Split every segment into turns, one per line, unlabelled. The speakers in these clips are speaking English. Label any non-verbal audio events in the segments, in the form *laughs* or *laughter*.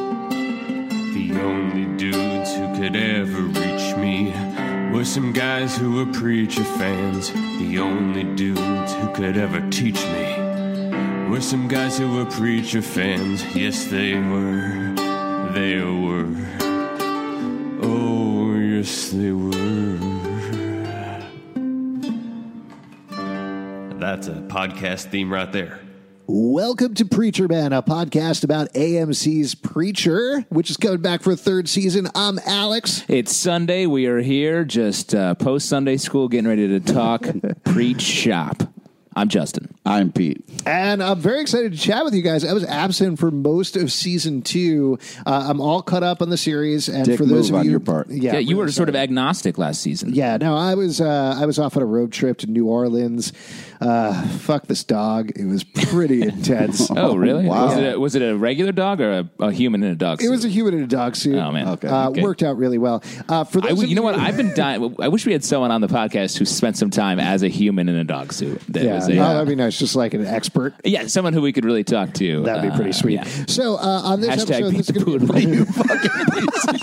The only dudes who could ever reach me were some guys who were preacher fans. The only dudes who could ever teach me were some guys who were preacher fans. Yes, they were. They were. Oh, yes, they were. That's a podcast theme right there.
Welcome to Preacher Man, a podcast about AMC's Preacher, which is coming back for a third season. I'm Alex.
It's Sunday. We are here, just uh, post Sunday school, getting ready to
*laughs*
talk, preach, shop. I'm Justin.
I'm Pete.
And I'm very excited to chat with you guys. I was absent for most of season two. Uh, I'm all caught up on the series. And
Dick
for those
move
of
on
you,
your part.
Yeah, you
really
were sort of agnostic last season.
Yeah, no, I was uh, I was off on a road trip to New Orleans. Uh, fuck this dog. It was
*laughs*
pretty intense.
Oh, really?
Wow.
Was, it a, was it a regular dog or a, a human in a dog?
It was a human in a dog suit.
Oh, man. Okay,
uh,
okay.
worked out really well. Uh, for
I
those
w-
of
you know what? I've been dying. I wish we had someone on the podcast who spent some time as a human in a dog suit. That
yeah,
was a, uh,
no, that'd be nice. Just like an expert.
yeah, someone who we could really talk to.
That'd be pretty
Uh,
sweet.
yeah.
So uh, on this
Hashtag
episode,
beat
this is
the
gonna be-
poodle.
*laughs*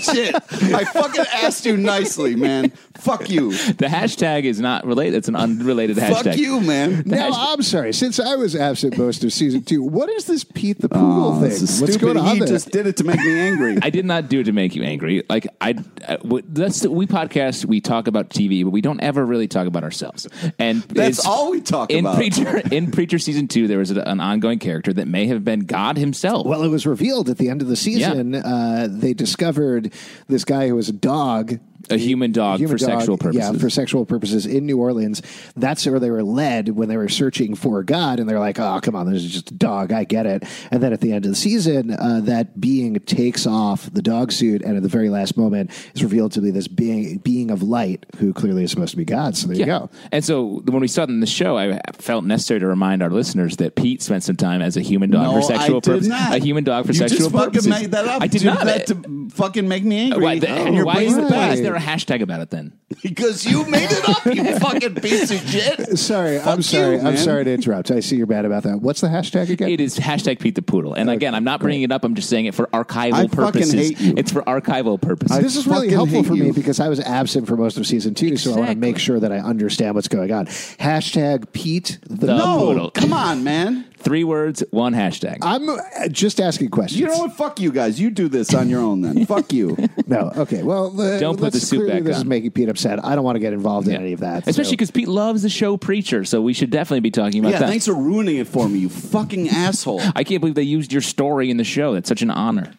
Shit. I fucking asked you nicely, man. Fuck you.
*laughs* The hashtag is not related. It's an unrelated hashtag.
Fuck you, man.
Now I'm sorry. Since I was absent most of season two, what is this Pete the Poodle thing?
Oh, This is
What's
stupid.
going on
he
there?
just did it to make me *laughs* angry.
I did not do it to make you angry. Like I, I w- that's we podcast. We talk about TV, but we don't ever really talk about ourselves. And
*laughs* That's
it's-
all we talk
in
about.
Preacher. In Preacher season two, there was an ongoing character that may have been God himself.
well, it was revealed at the end of the season. Uh, they discovered this guy who was a dog,
a human dog
human
for
dog,
sexual purposes.
Yeah, for sexual purposes in New Orleans. That's where they were led when they were searching for God, and they're like, "Oh, come on, this is just a dog. I get it." And then at the end of the season, uh, that being takes off the dog suit, and at the very last moment, is revealed to be this being being of light who clearly is supposed to be God. So there you go.
And so when we started in the show, I felt necessary to remind our listeners that Pete spent some time as a human dog
No,
for sexual
I did
purposes.
not.
A human dog for
you
sexual
just fucking
purposes.
Made that up.
I did
You
not.
did that to fucking make me angry.
why, the-
and you're
why is
blaming
why is
me.
there a hashtag about it then?
Because you made it up, *laughs* you fucking piece of shit.
Sorry,
Fuck
I'm sorry.
you,
I'm
man.
sorry to interrupt. I see you're bad about that. What's the hashtag again?
It is hashtag Pete the Poodle. And again, I'm not bringing it up. I'm just saying it for archival
I fucking
purposes.
hate you.
It's for archival purposes.
this is really
fucking
helpful
hate
for me
you.
because I was absent for most of season two, so I want to
Exactly.
make sure that I understand what's going on. Hashtag Pete the.
The-
No,
poodle.
come on, *laughs* man.
Three words, one hashtag.
I'm uh, just asking questions.
You know what? Fuck you guys. You do this on your own *laughs* then. Fuck you.
No, okay. Well, uh,
Don't put
let's-
the suit
clearly
back
This
on.
is making Pete upset. I don't want to get involved
Yeah.
in any of that.
Especially because Pete loves the show Preacher, so we should definitely be talking about
Yeah,
that.
thanks for ruining it for me, you fucking asshole.
I can't believe they used your story in the show. That's such an honor.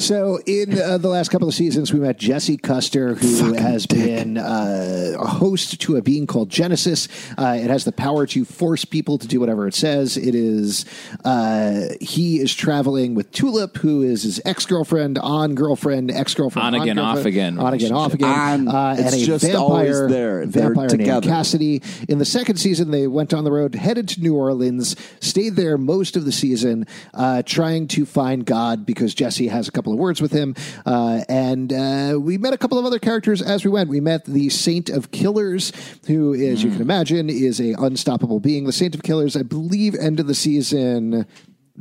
So, in uh, the last couple of seasons, we met Jesse Custer, who has been uh, a host to a being called Genesis. Uh, it has the power to force people to do whatever it says. It is uh, he is traveling with Tulip, who is his ex girlfriend, on girlfriend, ex girlfriend,
On again, off again
on again, off again,
On.
uh, and
It's
a
just always
vampire,
there. They're
vampire named
together.
Cassidy. In the second season, they went on the road, headed to New Orleans, stayed there most of the season, uh, trying to find God because Jesse has a couple of words with him. Uh, and uh, we met a couple of other characters as we went. We met the Saint of Killers, who, as you can imagine, is a unstoppable being. The Saint of Killers, I believe, end of the season.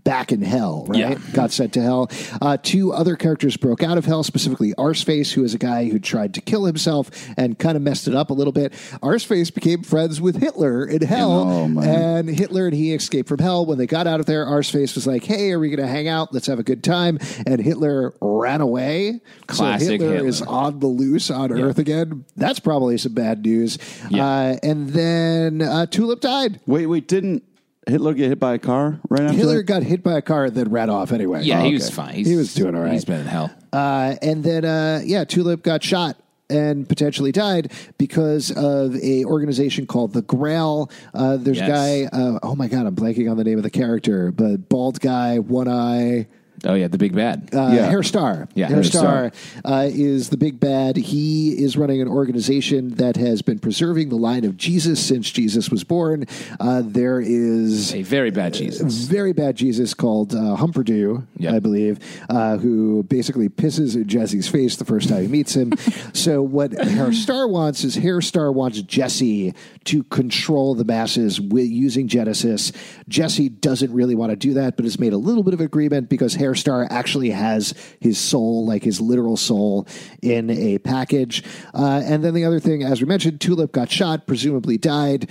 Back in hell, right?
Yeah.
got sent to hell. Uh, two other characters broke out of hell, specifically Arseface, who is a guy who tried to kill himself and kind of messed it up a little bit. Arseface became friends with Hitler in hell,
Oh, man.
and Hitler and he escaped from hell. When they got out of there, Arseface was like, "Hey, are we going to hang out? Let's have a good time." And Hitler ran away.
Classic
so Hitler,
Hitler.
is on the loose on Earth again. That's probably some bad news. Uh, and then uh, Tulip died.
*gasps* Wait, wait, didn't Hitler get hit by a car right after
Hitler
that?
got hit by a car and then ran off anyway.
Yeah,
Oh,
he was
okay.
fine. He's,
he was doing all right.
He's been in hell.
Uh, and then, uh, yeah, Tulip got shot and potentially died because of a organization called the Grail. Uh, there's a
Yes.
guy. Uh, oh my god, I'm blanking on the name of the character, but bald guy, one eye.
Oh yeah, the big bad.
Uh,
Yeah.
Hair Star.
Yeah,
Hair
Hair
Star uh, is the big bad. He is running an organization that has been preserving the line of Jesus since Jesus was born. Uh, there is
a very bad Jesus.
very bad Jesus called uh, Humperdew,
Yep.
I believe, uh, who basically pisses in Jesse's face the first time he meets him. so what Hair Star wants is Hair Star wants Jesse to control the masses with, using Genesis. Jesse doesn't really want to do that, but has made a little bit of agreement because Hair Star actually has his soul, like his literal soul, in a package. Uh, and then the other thing, as we mentioned, Tulip got shot, presumably died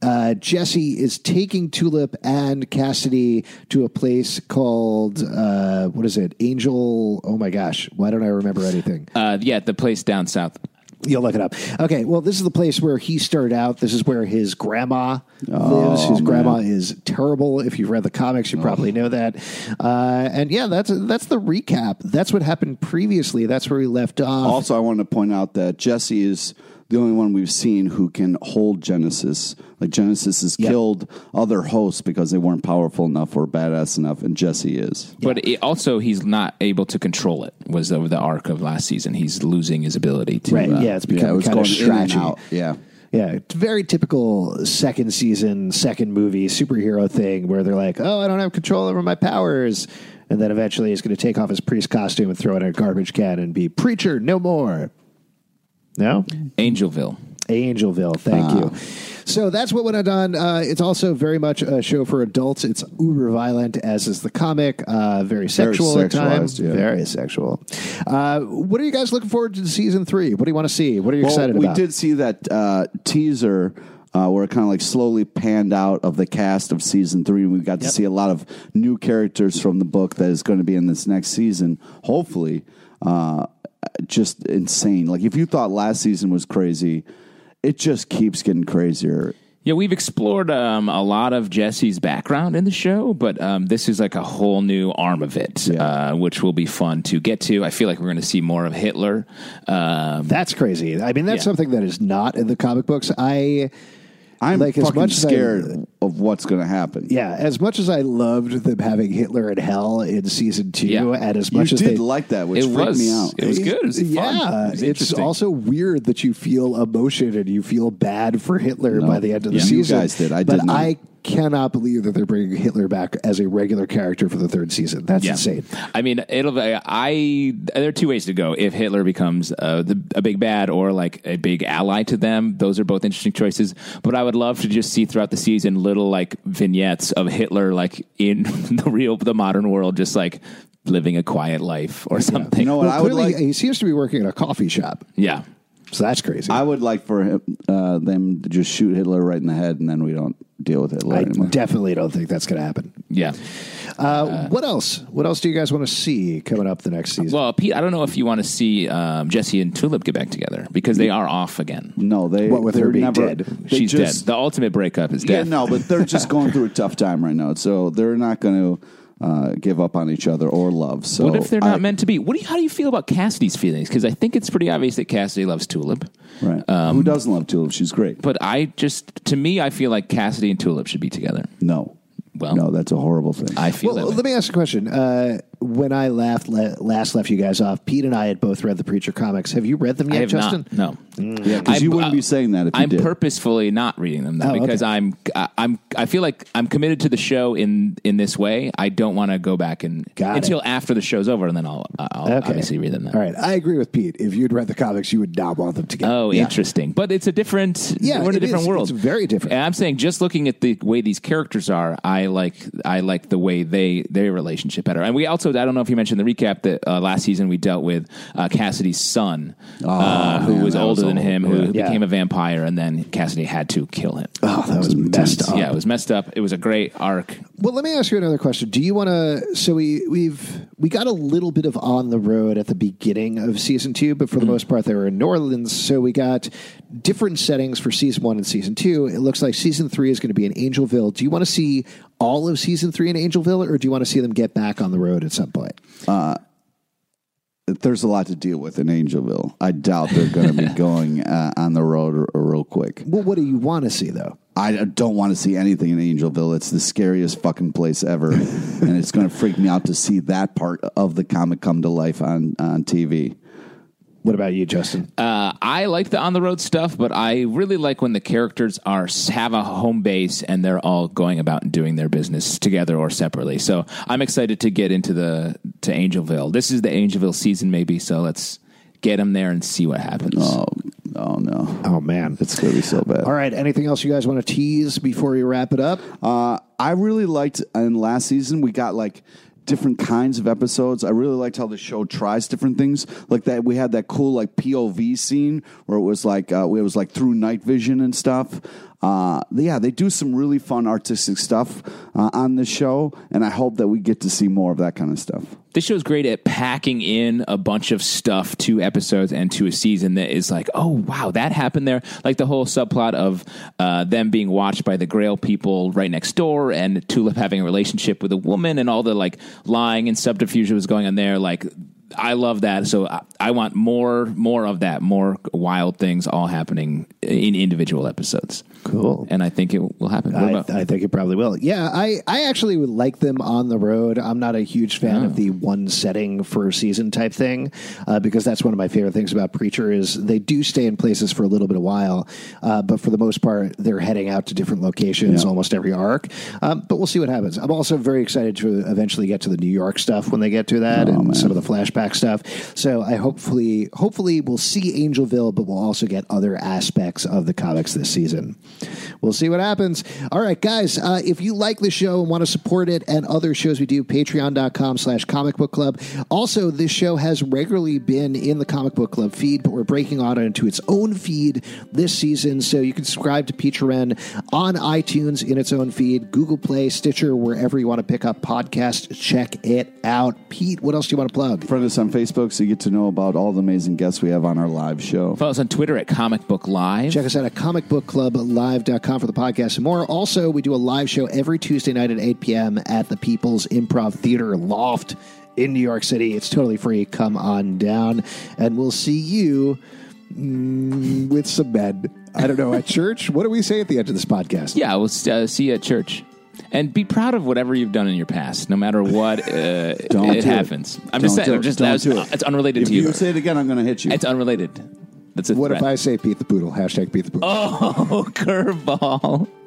uh, Jesse is taking Tulip and Cassidy to a place called uh, what is it? Angel. Oh my gosh, why don't I remember anything?
Uh, yeah, the place down south.
You'll look it up. Okay, well, this is the place where he started out. This is where his grandma lives.
Oh,
His grandma is terrible. If you've read the comics, you probably know that. Uh, and yeah, that's that's the recap. That's what happened previously. That's where we left off.
Also, I wanted to point out that Jesse is the only one we've seen who can hold Genesis. Like Genesis has killed other hosts because they weren't powerful enough or badass enough, and Jesse is.
But it, also, he's not able to control it. Was over the arc of last season, he's losing his ability to.
Right,
uh,
yeah, it's become kind of
in and
stretchy.
out. Yeah.
Yeah, it's very typical second season, second movie superhero thing where they're like, "Oh, I don't have control over my powers," and then eventually he's going to take off his priest costume and throw it in a garbage can and be preacher no more. No,
Mm.
Angelville.
Angelville. Thank you.
Ah.
So that's what went on. Uh, it's also very much a show for adults. It's uber violent, as is the comic. Uh, very sexual at times.
sexualized, yeah.
Very sexual. Uh, what are you guys looking forward to season three? What do you want to see? What are you excited
we
about?
did see that uh, teaser uh, where it kind of like slowly panned out of the cast of season three, and we got to see a lot of new characters from the book that is going to be in this next season. Hopefully, uh, just insane. Like if you thought last season was crazy, it just keeps getting crazier.
Yeah, we've explored um, a lot of Jesse's background in the show, but um, this is like a whole new arm of it, uh, which will be fun to get to. I feel like we're going to see more of Hitler. Um,
That's crazy. I mean, that's
Yeah.
something that is not in the comic books. I
I'm
Like,
like
as
fucking
much as I-
scared of what's going to happen.
yeah, as much as I loved them having Hitler in hell in season two,
Yeah.
and as
you
much as
did
they
like that, which
it
freaked
was
me out.
it was good. It was fun.
yeah,
It was
it's
interesting.
also weird that you feel emotion and you feel bad for Hitler by the end of the
You
season.
guys did. I
but
did not.
I cannot believe that they're bringing Hitler back as a regular character for the third season. That's insane.
I mean, it'll. be- I there are two ways to go. If Hitler becomes uh, the, a big bad or like a big ally to them, those are both interesting choices. But I would love to just see throughout the season little like vignettes of Hitler, like in *laughs* the real the modern world, just like living a quiet life or something.
You know what? I would
Clearly,
like.
he seems to be working at a coffee shop,
yeah.
so that's crazy.
I would like for him, uh, them to just shoot Hitler right in the head, and then we don't deal with Hitler
I
anymore.
definitely don't think that's going to happen.
Yeah.
Uh, what else? What else do you guys want to see coming up the next season?
Well, Pete, I don't know if you want to see um, Jesse and Tulip get back together because they are off again.
No, they.
What with
they're
her being
never,
dead?
they
She's
just-
dead. The ultimate breakup is
Yeah,
death.
no, but they're just
*laughs*
going through a tough time right now, so they're not going to uh, give up on each other or love. So
What if they're not
I-
meant to be? What do you, how do you feel about Cassidy's feelings? Because I think it's pretty obvious that Cassidy loves Tulip,
Right. Who doesn't love Tulip? She's great.
Um, but I just to me I feel like Cassidy and Tulip should be together.
No.
Well-
no, that's a horrible thing.
I feel
Well,
that. way.
let me ask you a question. Uh, when I left, le- last left you guys off, Pete and I had both read the Preacher comics. Have you read them
I
yet,
have
Justin?
not. No,
Mm. yeah, because
I'm-
you wouldn't
uh,
be saying that if you
I'm
did.
purposefully not reading them though,
Oh, okay.
because I'm I- I'm I feel like I'm committed to the show in in this way. I don't want to go back and
Got it.
until after the show's over, and then I'll I'll obviously read them. Then.
All right, I agree with Pete. If you'd read the comics, you would not want them together.
Oh,
yeah.
interesting. But it's a different.
Yeah,
we're in a
it
different
is.
world.
It's very different.
And I'm saying, just looking at the way these characters are, I like I like the way they their relationship better. And we also, I don't know if you mentioned the recap that uh, last season we dealt with uh, Cassidy's son,
Oh,
uh, who
man,
was
that
older
was
than
horrible.
him, who, who
Yeah.
became a vampire, and then Cassidy had to kill him.
Oh, that was messed up.
Yeah, it was messed up. It was a great arc.
Well, let me ask you another question. Do you want to? So we we've we got a little bit of on the road at the beginning of season two, but for the most part, they were in New Orleans. So we got different settings for season one and season two. It looks like season three is going to be in Angelville. Do you want to see all of season three in Angelville, or do you want to see them get back on the road at some point?
There's a lot to deal with in Angelville. I doubt they're going
*laughs*
to be going uh, on the road r- real quick.
Well, what do you want to see though?
I don't want to see anything in Angelville. It's the scariest fucking place *laughs* ever, and it's going to freak me out to see that part of the comic come to life on on TV.
What about you, Justin?
Uh, I like the on the road stuff, but I really like when the characters are have a home base and they're all going about and doing their business together or separately. So I'm excited to get into the to Angelville. This is the Angelville season, maybe. So let's get them there and see what happens.
Oh, oh no,
oh man,
it's going to be so bad.
all right. Anything else you guys want to tease before we wrap it up?
Uh, I really liked in last season we got like different kinds of episodes. I really liked how the show tries different things. Like that we had that cool like POV scene where it was like uh, it was like through night vision and stuff. Uh, yeah, they do some really fun artistic stuff uh, on the show, and I hope that we get to see more of that kind of stuff.
This show's great at packing in a bunch of stuff to episodes and to a season that is like, oh wow, that happened there. Like the whole subplot of uh, them being watched by the Grail people right next door, and Tulip having a relationship with a woman, and all the like lying and subterfuge that was going on there. Like, I love that. So I, I want more, more of that, more wild things all happening in individual episodes.
Cool.
and I think it will happen. What
I,
about-
I think it probably will. Yeah, I, I actually would like them on the road. I'm not a huge fan of the one setting for a season type thing uh, because that's one of my favorite things about Preacher is they do stay in places for a little bit of while, uh, but for the most part, they're heading out to different locations almost every arc. Um, but we'll see what happens. I'm also very excited to eventually get to the New York stuff when they get to that and some of the flashback stuff. So I hopefully hopefully we'll see Angelville, but we'll also get other aspects of the comics this season. We'll see what happens. All right, guys, uh, if you like the show and want to support it and other shows we do, patreon.com slash comic book club. Also, this show has regularly been in the comic book club feed, but we're breaking out into its own feed this season. So you can subscribe to Peacherin on iTunes in its own feed, Google Play, Stitcher, wherever you want to pick up podcasts, check it out. Pete, what else do you want to plug?
Friend us on Facebook so you get to know about all the amazing guests we have on our live show.
Follow us on Twitter at Comic Book Live.
Check us out at comicbookclublive.com for the podcast and more. Also, we do a live show every Tuesday night at 8 p.m. at the People's Improv Theater Loft in New York City. It's totally free. Come on down, and we'll see you mm, with some men. I don't know, at *laughs* church? What do we say at the end of this podcast?
Yeah, we'll uh, see you at church. And be proud of whatever you've done in your past, no matter what uh,
*laughs* Don't
it
do it.
happens. I'm
Don't
just saying,
do
I'm
it.
just,
Don't
that's,
do it.
it's unrelated
If
to you.
you say it again, I'm going to hit you.
it's unrelated. That's a
What
threat.
if I say Pete the Poodle? Hashtag Pete the Poodle.
Oh, *laughs* curveball.